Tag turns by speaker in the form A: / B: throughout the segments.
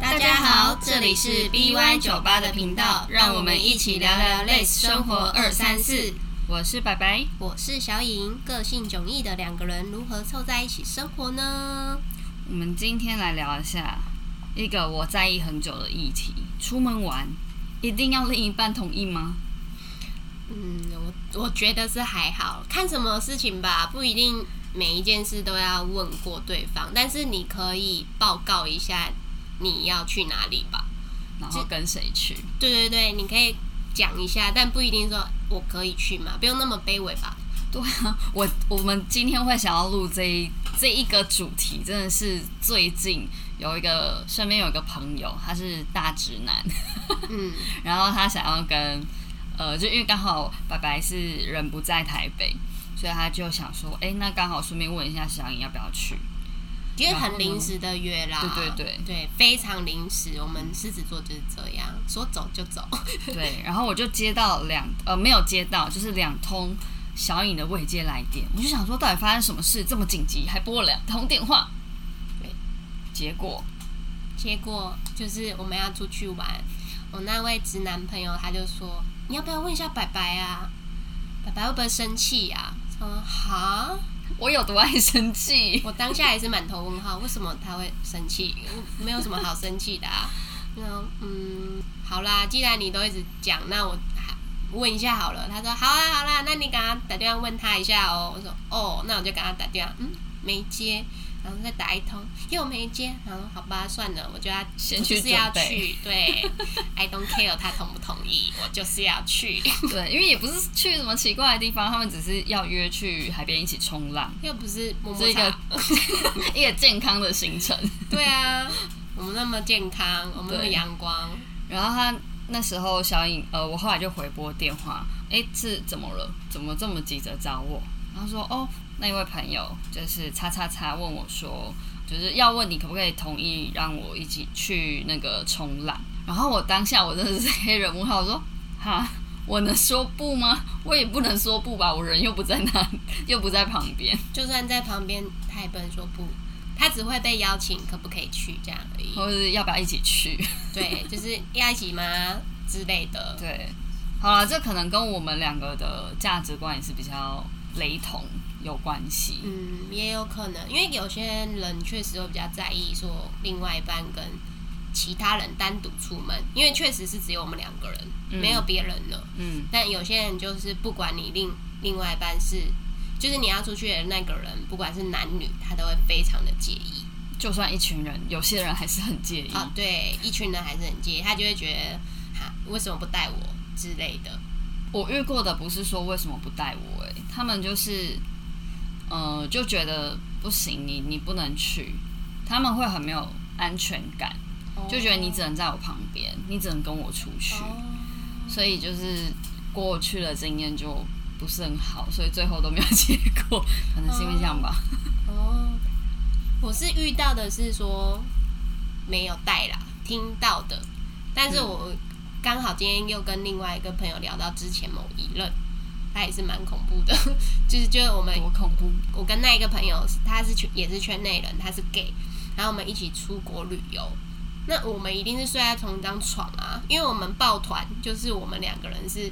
A: 大家好，这里是 BY 酒吧的频道，让我们一起聊聊类似生活二三四。我是白白，
B: 我是小颖，个性迥异的两个人如何凑在一起生活呢？
A: 我们今天来聊一下一个我在意很久的议题：出门玩一定要另一半同意吗？
B: 嗯，我我觉得是还好看什么事情吧，不一定每一件事都要问过对方，但是你可以报告一下你要去哪里吧。
A: 然后跟谁去？
B: 对对对，你可以讲一下，但不一定说我可以去嘛，不用那么卑微吧。
A: 对啊，我我们今天会想要录这一这一个主题，真的是最近有一个身边有一个朋友，他是大直男，
B: 嗯，
A: 然后他想要跟呃，就因为刚好白白是人不在台北，所以他就想说，哎、那刚好顺便问一下小颖要不要去。
B: 因为
A: 然后呢
B: 很临时的约啦，
A: 对对对
B: 对，非常临时。我们狮子座就是这样，说走就走。
A: 对，然后我就接到两呃没有接到，就是两通小颖的未接来电，我就想说到底发生什么事这么紧急，还拨了两通电话。
B: 对，
A: 结果
B: 结果就是我们要出去玩，我那位直男朋友他就说：“你要不要问一下白白啊？白白会不会生气啊？”他说：“哈，
A: 我有多爱生气。
B: 我当下也是满头问号，为什么他会生气？我没有什么好生气的啊。”然后嗯，好啦，既然你都一直讲，那我还问一下好了。他说：“好啊，好啦，那你给他打电话问他一下哦。”我说：“哦，那我就给他打电话，嗯，没接。”然后再打一通，又没接，然后好吧，算了，我就要
A: 先
B: 我
A: 去
B: 就是要
A: 准备
B: 去，对，I don't care 他同不同意，我就是要 去，
A: 对，因为也不是去什么奇怪的地方，他们只是要约去海边一起冲浪，
B: 又不是摸
A: 这
B: 摸
A: 一个
B: 茶，
A: 一个健康的行程。
B: 对啊，我们那么健康，我们那么
A: 对
B: 阳光，
A: 然后他那时候小颖，呃，我后来就回拨电话，诶，是怎么了？怎么这么急着找我？然后说，哦，那一位朋友就是叉叉叉问我说，就是要问你可不可以同意让我一起去那个冲浪。然后我当下我真的是黑人问号，我说，哈，我能说不吗？我也不能说不吧，我人又不在那，又不在旁边。
B: 就算在旁边，他也不能说不，他只会被邀请，可不可以去这样而已，
A: 或者是要不要一起去？
B: 对，就是要一起吗之类的，
A: 对，好了，这可能跟我们两个的价值观也是比较雷同有关系。
B: 嗯，也有可能，因为有些人确实会比较在意说另外一半跟其他人单独出门，因为确实是只有我们两个人，
A: 嗯
B: 没有别人了。
A: 嗯，
B: 但有些人就是不管你另另外一半是，就是你要出去的那个人，不管是男女，他都会非常的介意。
A: 就算一群人，有些人还是很介意。
B: 啊，对，一群人还是很介意，他就会觉得哈，为什么不带我之类的。
A: 我遇过的不是说为什么不带我、欸，他们就是，呃，就觉得不行，你你不能去，他们会很没有安全感，就觉得你只能在我旁边，你只能跟我出去，
B: 哦
A: 所以就是过去的经验就不是很好，所以最后都没有结果，可能是因为这样吧。
B: 哦，我是遇到的是说没有带啦，听到的。但是我刚好今天又跟另外一个朋友聊到之前某一任，他也是蛮恐怖的， 就是就是我们
A: 多恐怖！
B: 我跟那一个朋友，他是圈也是圈内人，他是 gay，然后我们一起出国旅游。那我们一定是睡在同一张床啊，因为我们抱团，就是我们两个人是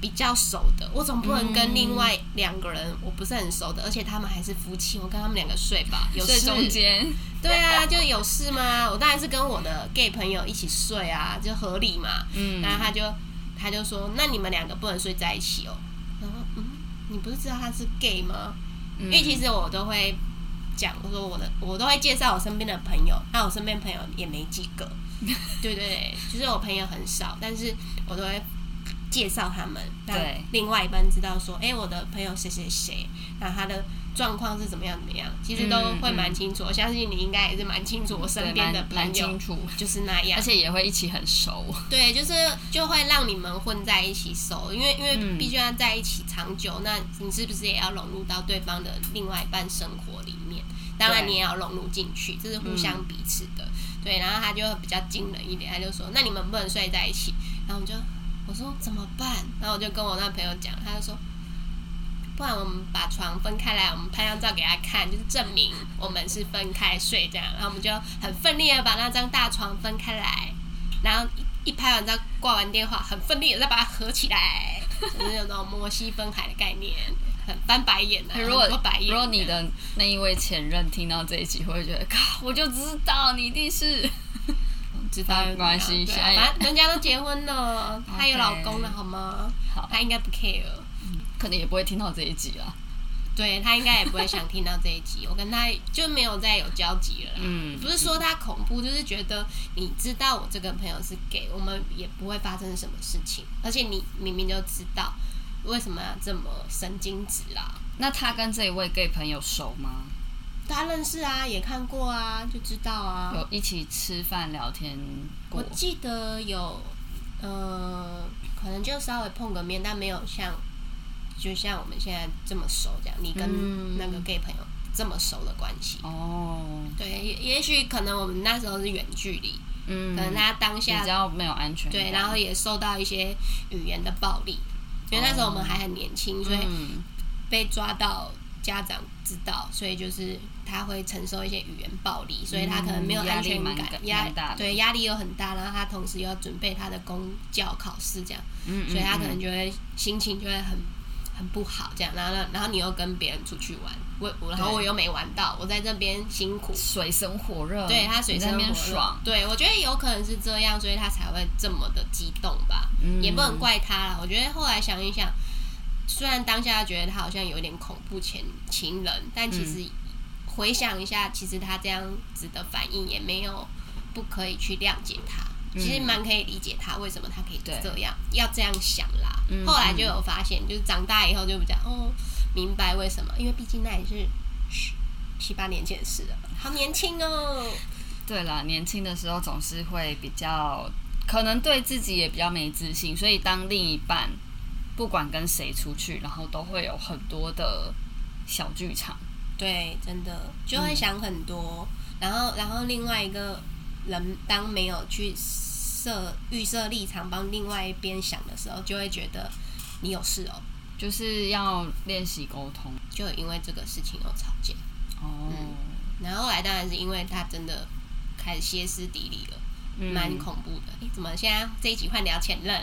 B: 比较熟的。我总不能跟另外两个人我不是很熟的，而且他们还是夫妻，我跟他们两个睡吧，有
A: 睡
B: 事
A: 中间，
B: 对啊，就有事吗？我当然是跟我的 gay 朋友一起睡啊，就合理嘛。
A: 嗯
B: 然后他就他就说，那你们两个不能睡在一起哦。然后嗯，你不是知道他是 gay 吗？
A: 嗯
B: 因为其实我都会讲，我说我的我都会介绍我身边的朋友，那我身边朋友也没几个， 对对对，就是我朋友很少，但是我都会介绍他们，让
A: 对
B: 另外一半知道说，哎、我的朋友谁谁谁，那他的状况是怎么样怎么样，其实都会蛮清楚，我相信你应该也是蛮清楚我身边的
A: 对
B: 朋
A: 蛮蛮
B: 友
A: 清楚，
B: 就是那样
A: 而，且也会一起很熟。
B: 对，就是就会让你们混在一起熟，因为因为
A: 嗯
B: 必须要在一起长久，那你是不是也要融入到对方的另外一半生活里面？当然，
A: 对
B: 你也要融入进去，这是互相彼此的。
A: 嗯
B: 对，然后他就比较惊人一点，他就说：“那你们不能睡在一起。”然后我就我说怎么办？然后我就跟我那朋友讲，他就说：“不然我们把床分开来，我们拍张照给他看，就是证明我们是分开睡这样。然后我们就很奋力的把那张大床分开来，然后一一拍完照，挂完电话，很奋力的再把它合起来，就是有那种摩西分海的概念，很翻白眼 的、啊，
A: 如果
B: 很多白眼
A: 如果你
B: 这样
A: 的那一位前任听到这一集，会觉得，靠，我就知道你一 定是，知道没关系，
B: 对
A: 现
B: 啊
A: 在也
B: 反正人家都结婚了，她有老公了好吗？
A: 好，
B: 她应该不 care。
A: 可能也不会听到这一集啦。
B: 对他应该也不会想听到这一集，我跟他就没有再有交集了啦。
A: 嗯
B: 不是说他恐怖，就是觉得你知道我这个朋友是 gay，我们也不会发生什么事情，而且你明明就知道，为什么要这么神经质啊啦？
A: 那他跟这一位 gay 朋友熟吗？
B: 他认识啊，也看过啊，就知道啊。
A: 有一起吃饭聊天
B: 我
A: 过？
B: 记得有，呃，可能就稍微碰个面，但没有像，就像我们现在这么熟这样，你跟
A: 嗯
B: 那个 gay 朋友这么熟的关系。
A: 哦，
B: 对，也也许可能我们那时候是远距离，
A: 嗯，
B: 可能他当
A: 比
B: 下
A: 较没有安全感。
B: 对，然后也受到一些语言的暴力，因为那时候我们还很年轻，所以
A: 嗯
B: 被抓到家长知道，所以就是他会承受一些语言暴力，所以他可能没有
A: 嗯压
B: 安
A: 力
B: 全
A: 蛮
B: 感，
A: 感
B: 压
A: 蛮大的
B: 对压力又很大，然后他同时又要准备他的公教考试这样，
A: 嗯，
B: 所以他
A: 嗯
B: 可能就会心情就会很。很不好，这样，然后呢，然后你又跟别人出去玩，我我然后
A: 对
B: 我又没玩到，我在这边辛苦，
A: 水深火热，
B: 对他水
A: 嗯你在
B: 深
A: 那
B: 火热
A: 边爽，
B: 对我觉得有可能是这样，所以他才会这么的激动吧，
A: 嗯
B: 也不能怪他啦。我觉得后来想一想，虽然当下觉得他好像有点恐怖前情人，但
A: 嗯
B: 其实回想一下，其实他这样子的反应也没有不可以去谅解他。
A: 嗯
B: 其实蛮可以理解他为什么他可以
A: 对
B: 这样，要这样想啦。
A: 嗯
B: 后来就有发现，就是长大以后就比较哦，明白为什么，因为毕竟那也是十七八年前的事了，好年轻哦。
A: 对啦，年轻的时候总是会比较，可能对自己也比较没自信，所以当另一半不管跟谁出去，然后都会有很多的小剧场。
B: 对，真的就会想很多。然后，然后另外一个人当没有去设预设立场帮另外一边想的时候，就会觉得你有事哦，
A: 就是要练习沟通
B: 就因为这个事情有吵架。
A: 哦，
B: 然后后来当然是因为他真的开始歇斯底里了，
A: 嗯
B: 蛮恐怖的。诶怎么现在这一集换聊前 任，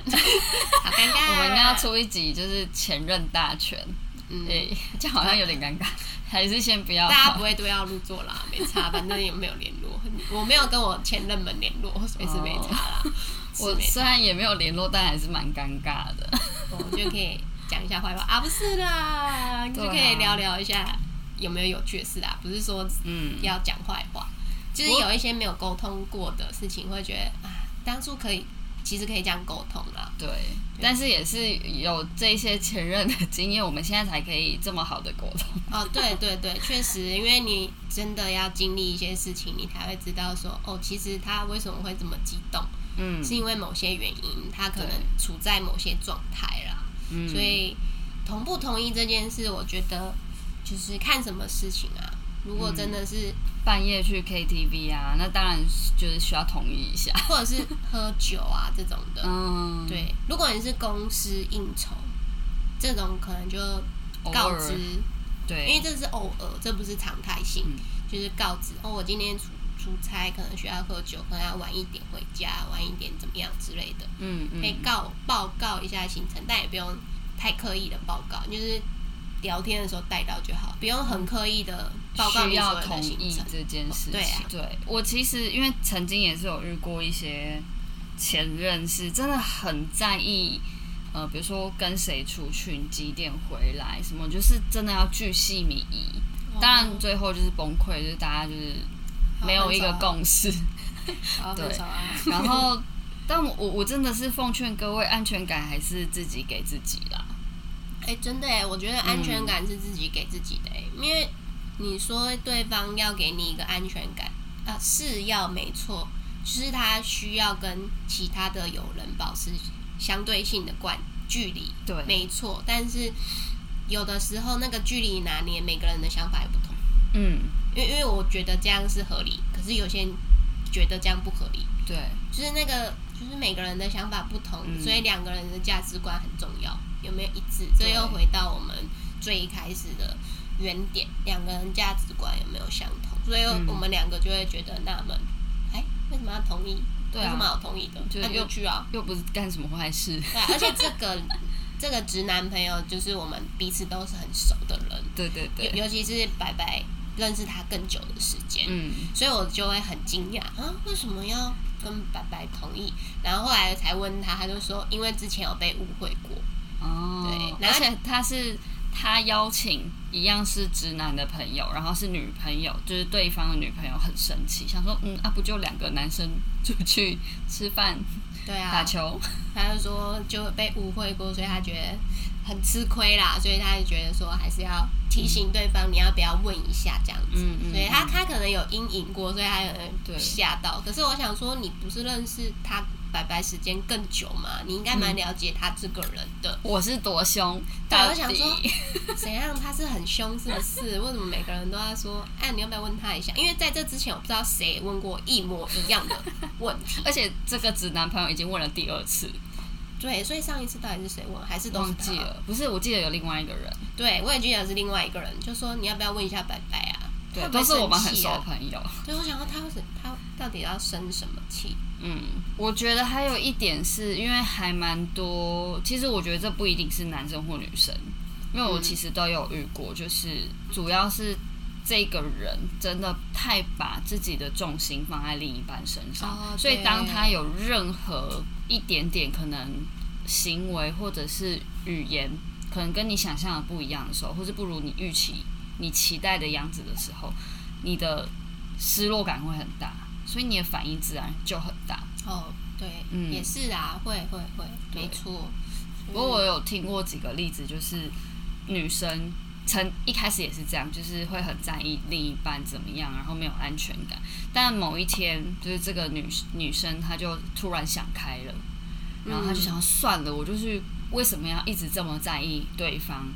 B: 好尴尬。啊
A: 我们应该要出一集，就是前任大全，
B: 嗯。
A: 对、这样好像有点尴尬，还是先不要。
B: 大家不会都要入座啦，没差，反正也没有联络，我没有跟我前任们联络，所以是没差啦。
A: 哦
B: 是
A: 我
B: 没差
A: 虽然也没有联络，但还是蛮尴尬的。
B: 我哦就可以讲一下坏话啊，不是啦，
A: 啊
B: 就可以聊聊一下有没有有趣的事啊，不是说
A: 嗯，
B: 要讲坏话，就是有一些没有沟通过的事情，会觉得啊，当初可以，其实可以这样沟通啦。
A: 对，但是也是有这些前任的经验，我们现在才可以这么好的沟通。
B: 哦，对对对，确实，因为你真的要经历一些事情，你才会知道说，哦，其实他为什么会这么激动，
A: 嗯
B: 是因为某些原因，他可能
A: 对
B: 处在某些状态啦。
A: 嗯
B: 所以同不同意这件事，我觉得就是看什么事情啊。如果真的是，
A: 半夜去 KTV 啊，那当然是就是需要同意一下。
B: 或者是喝酒啊这种的，
A: 嗯，，
B: 对。如果你是公司应酬，这种可能就
A: 偶
B: 告
A: 尔
B: 知，因为
A: 对，
B: 这是偶尔，这不是常态性，
A: 嗯
B: 就是告知哦，我今天出出差，可能需要喝酒，可能要晚一点回家，晚一点怎么样之类的。
A: 嗯
B: 可以
A: 嗯，
B: 告报告一下行程，但也不用太刻意的报告，就是聊天的时候带到就好，不用很刻意的报告
A: 需
B: 你所
A: 要
B: 有
A: 同
B: 的行
A: 意
B: 程。
A: 这件事情。
B: 对啊
A: 对我其实因为曾经也是有遇过一些前任，是真的很在意。呃，比如说跟谁出去，你几点回来，什么就是真的要巨细靡遗。当然最后就是崩溃，就是大家就是没有一个共识。
B: 好
A: 对
B: 分手啊，
A: 然后，但我我真的是奉劝各位，安全感还是自己给自己啦。
B: 哎、真的哎，我觉得安全感是自己给自己的哎，因为你说对方要给你一个安全感，啊，是要没错，就是他需要跟其他的友人保持相对性的关距离，
A: 对
B: 没错，但是有的时候那个距离拿捏，每个人的想法也不同。
A: 嗯，
B: 因为因为我觉得这样是合理，可是有些人觉得这样不合理，
A: 对，
B: 就是那个就是每个人的想法不同，
A: 嗯
B: 所以两个人的价值观很重要，有没有一致？
A: 对
B: 这又回到我们最一开始的原点，两个人价值观有没有相
A: 嗯
B: 同，所以我们两个就会觉得纳闷，哎、为什么要同意？
A: 对
B: 为什么
A: 啊，
B: 要同意的？
A: 就
B: 那就
A: 又
B: 去啊。
A: 又不是干什么坏 事。
B: 对啊，而且这个这个直男朋友就是我们彼此都是很熟的人，
A: 对对对，
B: 尤尤其是白白认识他更久的时间，
A: 嗯，
B: 所以我就会很惊讶啊，为什么要跟白白同意？然后后来才问他，他就说因为之前有被误会过，
A: 哦，
B: 对
A: 而且他是他邀请一样是直男的朋友，然后是女朋友，就是对方的女朋友很生气，想说嗯啊不就两个男生出去吃饭
B: 对啊
A: 打，球，
B: 他就说就被误会过，所以他觉得很吃亏啦，所以他就觉得说还是要提醒对方，你要不要问一下这样子。
A: 嗯嗯，
B: 所以他他可能有阴影过，所以他可
A: 对
B: 能吓到。可是我想说，你不是认识他白白时间更久嘛？你应该蛮了解他这个人的。
A: 我是多凶，
B: 对
A: 到
B: 我想
A: 底
B: 说
A: 嗯
B: 怎样？他是很凶是不是？为什么每个人都在说？哎、你要不要问他一下？因为在这之前，我不知道谁问过一模一样的问 题。
A: 而且这个直男朋友已经问了第二次，
B: 对，所以上一次到底是谁问？还是都是
A: 忘
B: 他
A: 记？了，不是，我记得有另外一个人，
B: 对，我也记得是另外一个人，就说你要不要问一下白白啊？
A: 对
B: 他，会不会
A: 都是我们很
B: 生气
A: 熟
B: 啊
A: 的朋友。
B: 所以我想说他会生他到底要生什么气？
A: 嗯，我觉得还有一点是因为还蛮多，其实我觉得这不一定是男生或女生，因为我
B: 嗯
A: 其实都有遇过，就是主要是这个人真的太把自己的重心放在另一半身上，
B: 哦
A: 所以
B: 对
A: 当他有任何一点点可能行为或者是语言，可能跟你想象的不一样的时候，或是不如你预期、你期待的样子的时候，你的失落感会很大，所以你的反应自然就很大。
B: 哦，对，
A: 嗯
B: 也是啊，会会会，
A: 对
B: 没错。
A: 不过我有听过几个例子，就是女生曾一开始也是这样，就是会很在意另一半怎么样，然后没有安全感。但某一天，就是这个女女生她就突然想开了，然后
B: 嗯
A: 她就想、算了，我就是为什么要一直这么在意对方？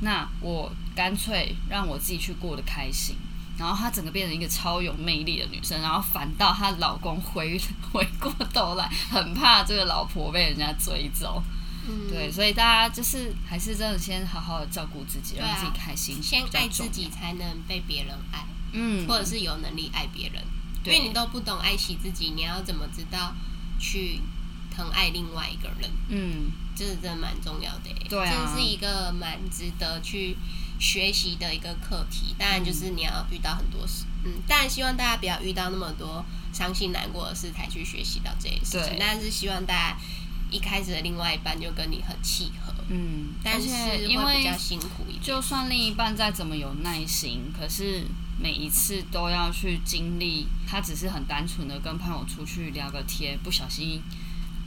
A: 那我干脆让我自己去过得开心。然后她整个变成一个超有魅力的女生，然后反倒她老公回 回过头来，很怕这个老婆被人家追走。
B: 嗯
A: 对，，所以大家就是还是真的先好好的照顾自己，
B: 对啊
A: 让自己开心，
B: 先
A: 比较
B: 爱
A: 重
B: 自己才能被别人爱，
A: 嗯，
B: 或者是有能力爱别人。因
A: 对
B: 为你都不懂爱惜自己，你要怎么知道去疼爱另外一个人？
A: 嗯，
B: 这是真的蛮重要的耶、
A: 对啊
B: 这是一个蛮值得去学习的一个课题。当然，就是你要遇到很多事，嗯，当然希望大家不要遇到那么多伤心难过的事才去学习到这些事情
A: 对，
B: 但是希望大家一开始的另外一半就跟你很契合，
A: 嗯，
B: 但
A: 而
B: 是
A: 且因
B: 会比
A: 为
B: 较辛苦一点。
A: 就算另一半再怎么有耐心，可是每一次都要去经历，他只是很单纯的跟朋友出去聊个天，不小心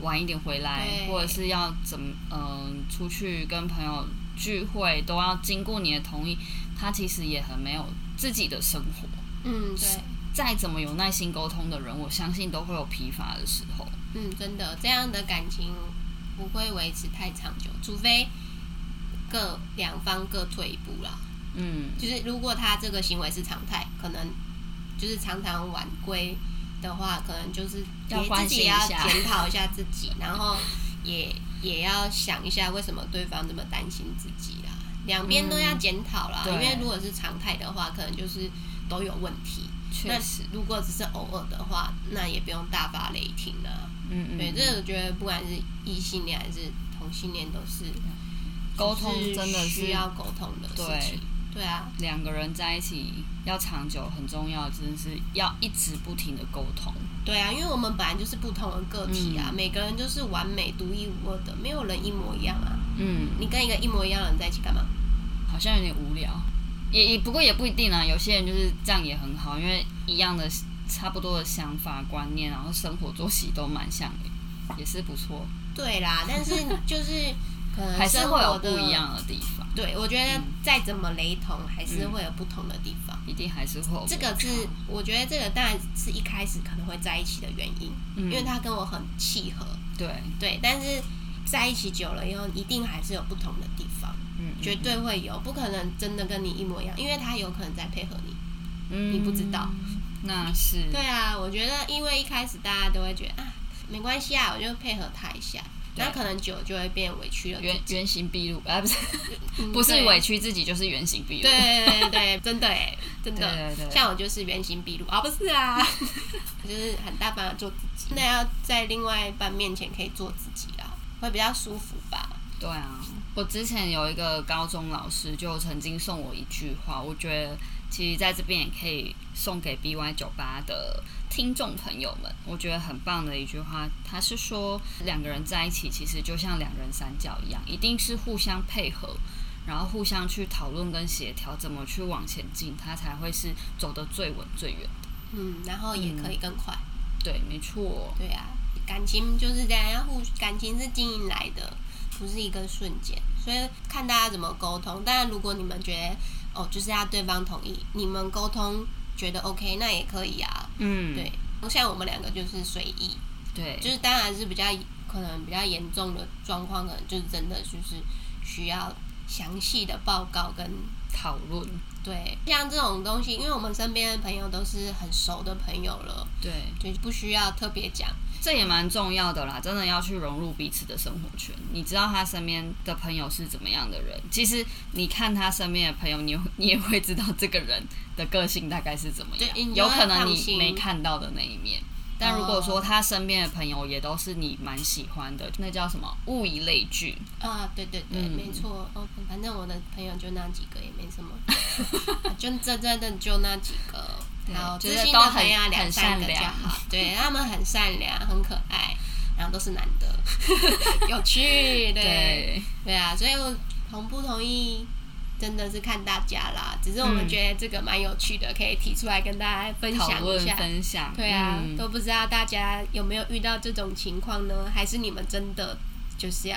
A: 晚一点回来，
B: 对
A: 或者是要怎么嗯、出去跟朋友聚会，都要经过你的同意，他其实也很没有自己的生活。
B: 嗯，对，
A: 再怎么有耐心沟通的人，我相信都会有疲乏的时候。
B: 嗯，真的，这样的感情不会维持太长久，除非各两方各退一步啦。
A: 嗯，
B: 就是如果他这个行为是常态，可能就是常常晚归的话，可能就是
A: 要
B: 也
A: 反
B: 自
A: 省
B: 己也
A: 一
B: 要
A: 下
B: 检讨一下自己，然后也也要想一下为什么对方这么担心自己啦。两边都要检讨啦，
A: 嗯对
B: 因为如果是常态的话，可能就是都有问题。
A: 确
B: 那
A: 实，
B: 如果只是偶尔的话，那也不用大发雷霆啦。
A: 嗯
B: 对，
A: 嗯，
B: 这个我觉得不管是异性恋还是同性恋，都是
A: 沟通
B: 就是
A: 真的是
B: 需要沟通的
A: 对
B: 事情。对啊，
A: 两个人在一起要长久很重要，真的是要一直不停的沟通。
B: 对啊，因为我们本来就是不同的个体
A: 嗯
B: 啊，每个人就是完美、独一无二的，没有人一模一样啊。
A: 嗯，
B: 你跟一个一模一样的人在一起干嘛？
A: 好像有点无聊，也也不过也不一定啊。有些人就是这样也很好，因为一样的差不多的想法观念，然后生活作息都蛮像的，也是不错，
B: 对 啦，但是就是可能
A: 还是
B: 生
A: 会有
B: 活
A: 不
B: 的
A: 一。样的嗯地方，
B: 对，我觉得再怎么雷同，还是
A: 嗯
B: 会有不同的地方。
A: 一定还是会有
B: 这个是我觉得这个当然是一开始可能会在一起的原因，
A: 嗯
B: 因为他跟我很契合。
A: 对，
B: 对，但是在一起久了以后，一定还是有不同的地方，
A: 嗯，
B: 绝对会有，不可能真的跟你一模一样，因为他有可能在配合你。你不知道
A: 嗯，那是
B: 对啊，我觉得因为一开始大家都会觉得啊，没关系啊，我就配合他一下。那可能久就会变委屈了自
A: 原
B: 己。
A: 原形毕露啊，不是
B: 嗯
A: 不是
B: 对
A: 委屈自己，就是原形毕露。
B: 对对对 对，真的哎，真
A: 对
B: 的
A: 对，对
B: 像我就是原形毕露啊，不是啊， 就是很大方的做自己。那要在另外一半面前可以做自己啦，会比较舒服吧？
A: 对啊，我之前有一个高中老师就曾经送我一句话，我觉得其实在这边也可以送给 BY 酒吧的听众朋友们，我觉得很棒的一句话。他是说，两个人在一起其实就像两人三角一样，一定是互相配合。然后互相去讨论跟协调，怎么去往前进，它才会是走得最稳最远。
B: 嗯，然后也可以更快。
A: 对，没错。
B: 对啊，感情就是这样，要互感情是经营来的，不是一个瞬间，所以看大家怎么沟通。当然，如果你们觉得哦，就是要对方同意，你们沟通觉得 OK，那也可以啊。
A: 嗯，
B: 对，像我们两个就是随意，
A: 对，
B: 就是当然是比较可能比较严重的状况，可能就是真的就是需要详细的报告跟
A: 讨论，
B: 对，像这种东西，因为我们身边的朋友都是很熟的朋友了，
A: 对，
B: 就不需要特别讲。
A: 这也蛮重要的啦。真的要去融入彼此的生活圈，你知道他身边的朋友是怎么样的人，其实你看他身边的朋友，你也会你也会知道这个人的个性大概是怎么
B: 对
A: 样，
B: 你
A: 有可
B: 要
A: 能
B: 放
A: 你
B: 心
A: 没看到的那一面。但如果说他身边的朋友也都是你蛮喜欢的，那叫什么物以类聚，
B: 啊，对对对，
A: 嗯
B: 没错。哦，反正我的朋友就那几个，也没什么， 啊就这真的就那几个。
A: 对
B: 好，
A: 就
B: 知
A: 是
B: 心
A: 都
B: 的
A: 很
B: 朋友啊两
A: 很
B: 三个
A: 善
B: 就
A: 良
B: 好。对，他们很善良，很可爱，然后都是男的， 有趣。对，对啊，所以我同不同意。真的是看大家啦，只是我们
A: 嗯
B: 觉得这个蛮有趣的，可以提出来跟大家分
A: 讨
B: 享一
A: 论
B: 下。
A: 分享，
B: 对啊，
A: 嗯
B: 都不知道大家有没有遇到这种情况呢？还是你们真的就是要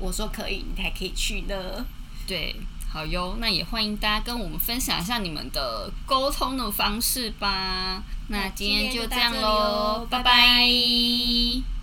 B: 我说可以，你才可以去呢？
A: 对，好哟，那也欢迎大家跟我们分享一下你们的沟通的方式吧。那
B: 那
A: 今
B: 今
A: 天
B: 天
A: 就
B: 就
A: 这
B: 到
A: 样
B: 这里
A: 喽
B: 喽，
A: 拜
B: 拜
A: 拜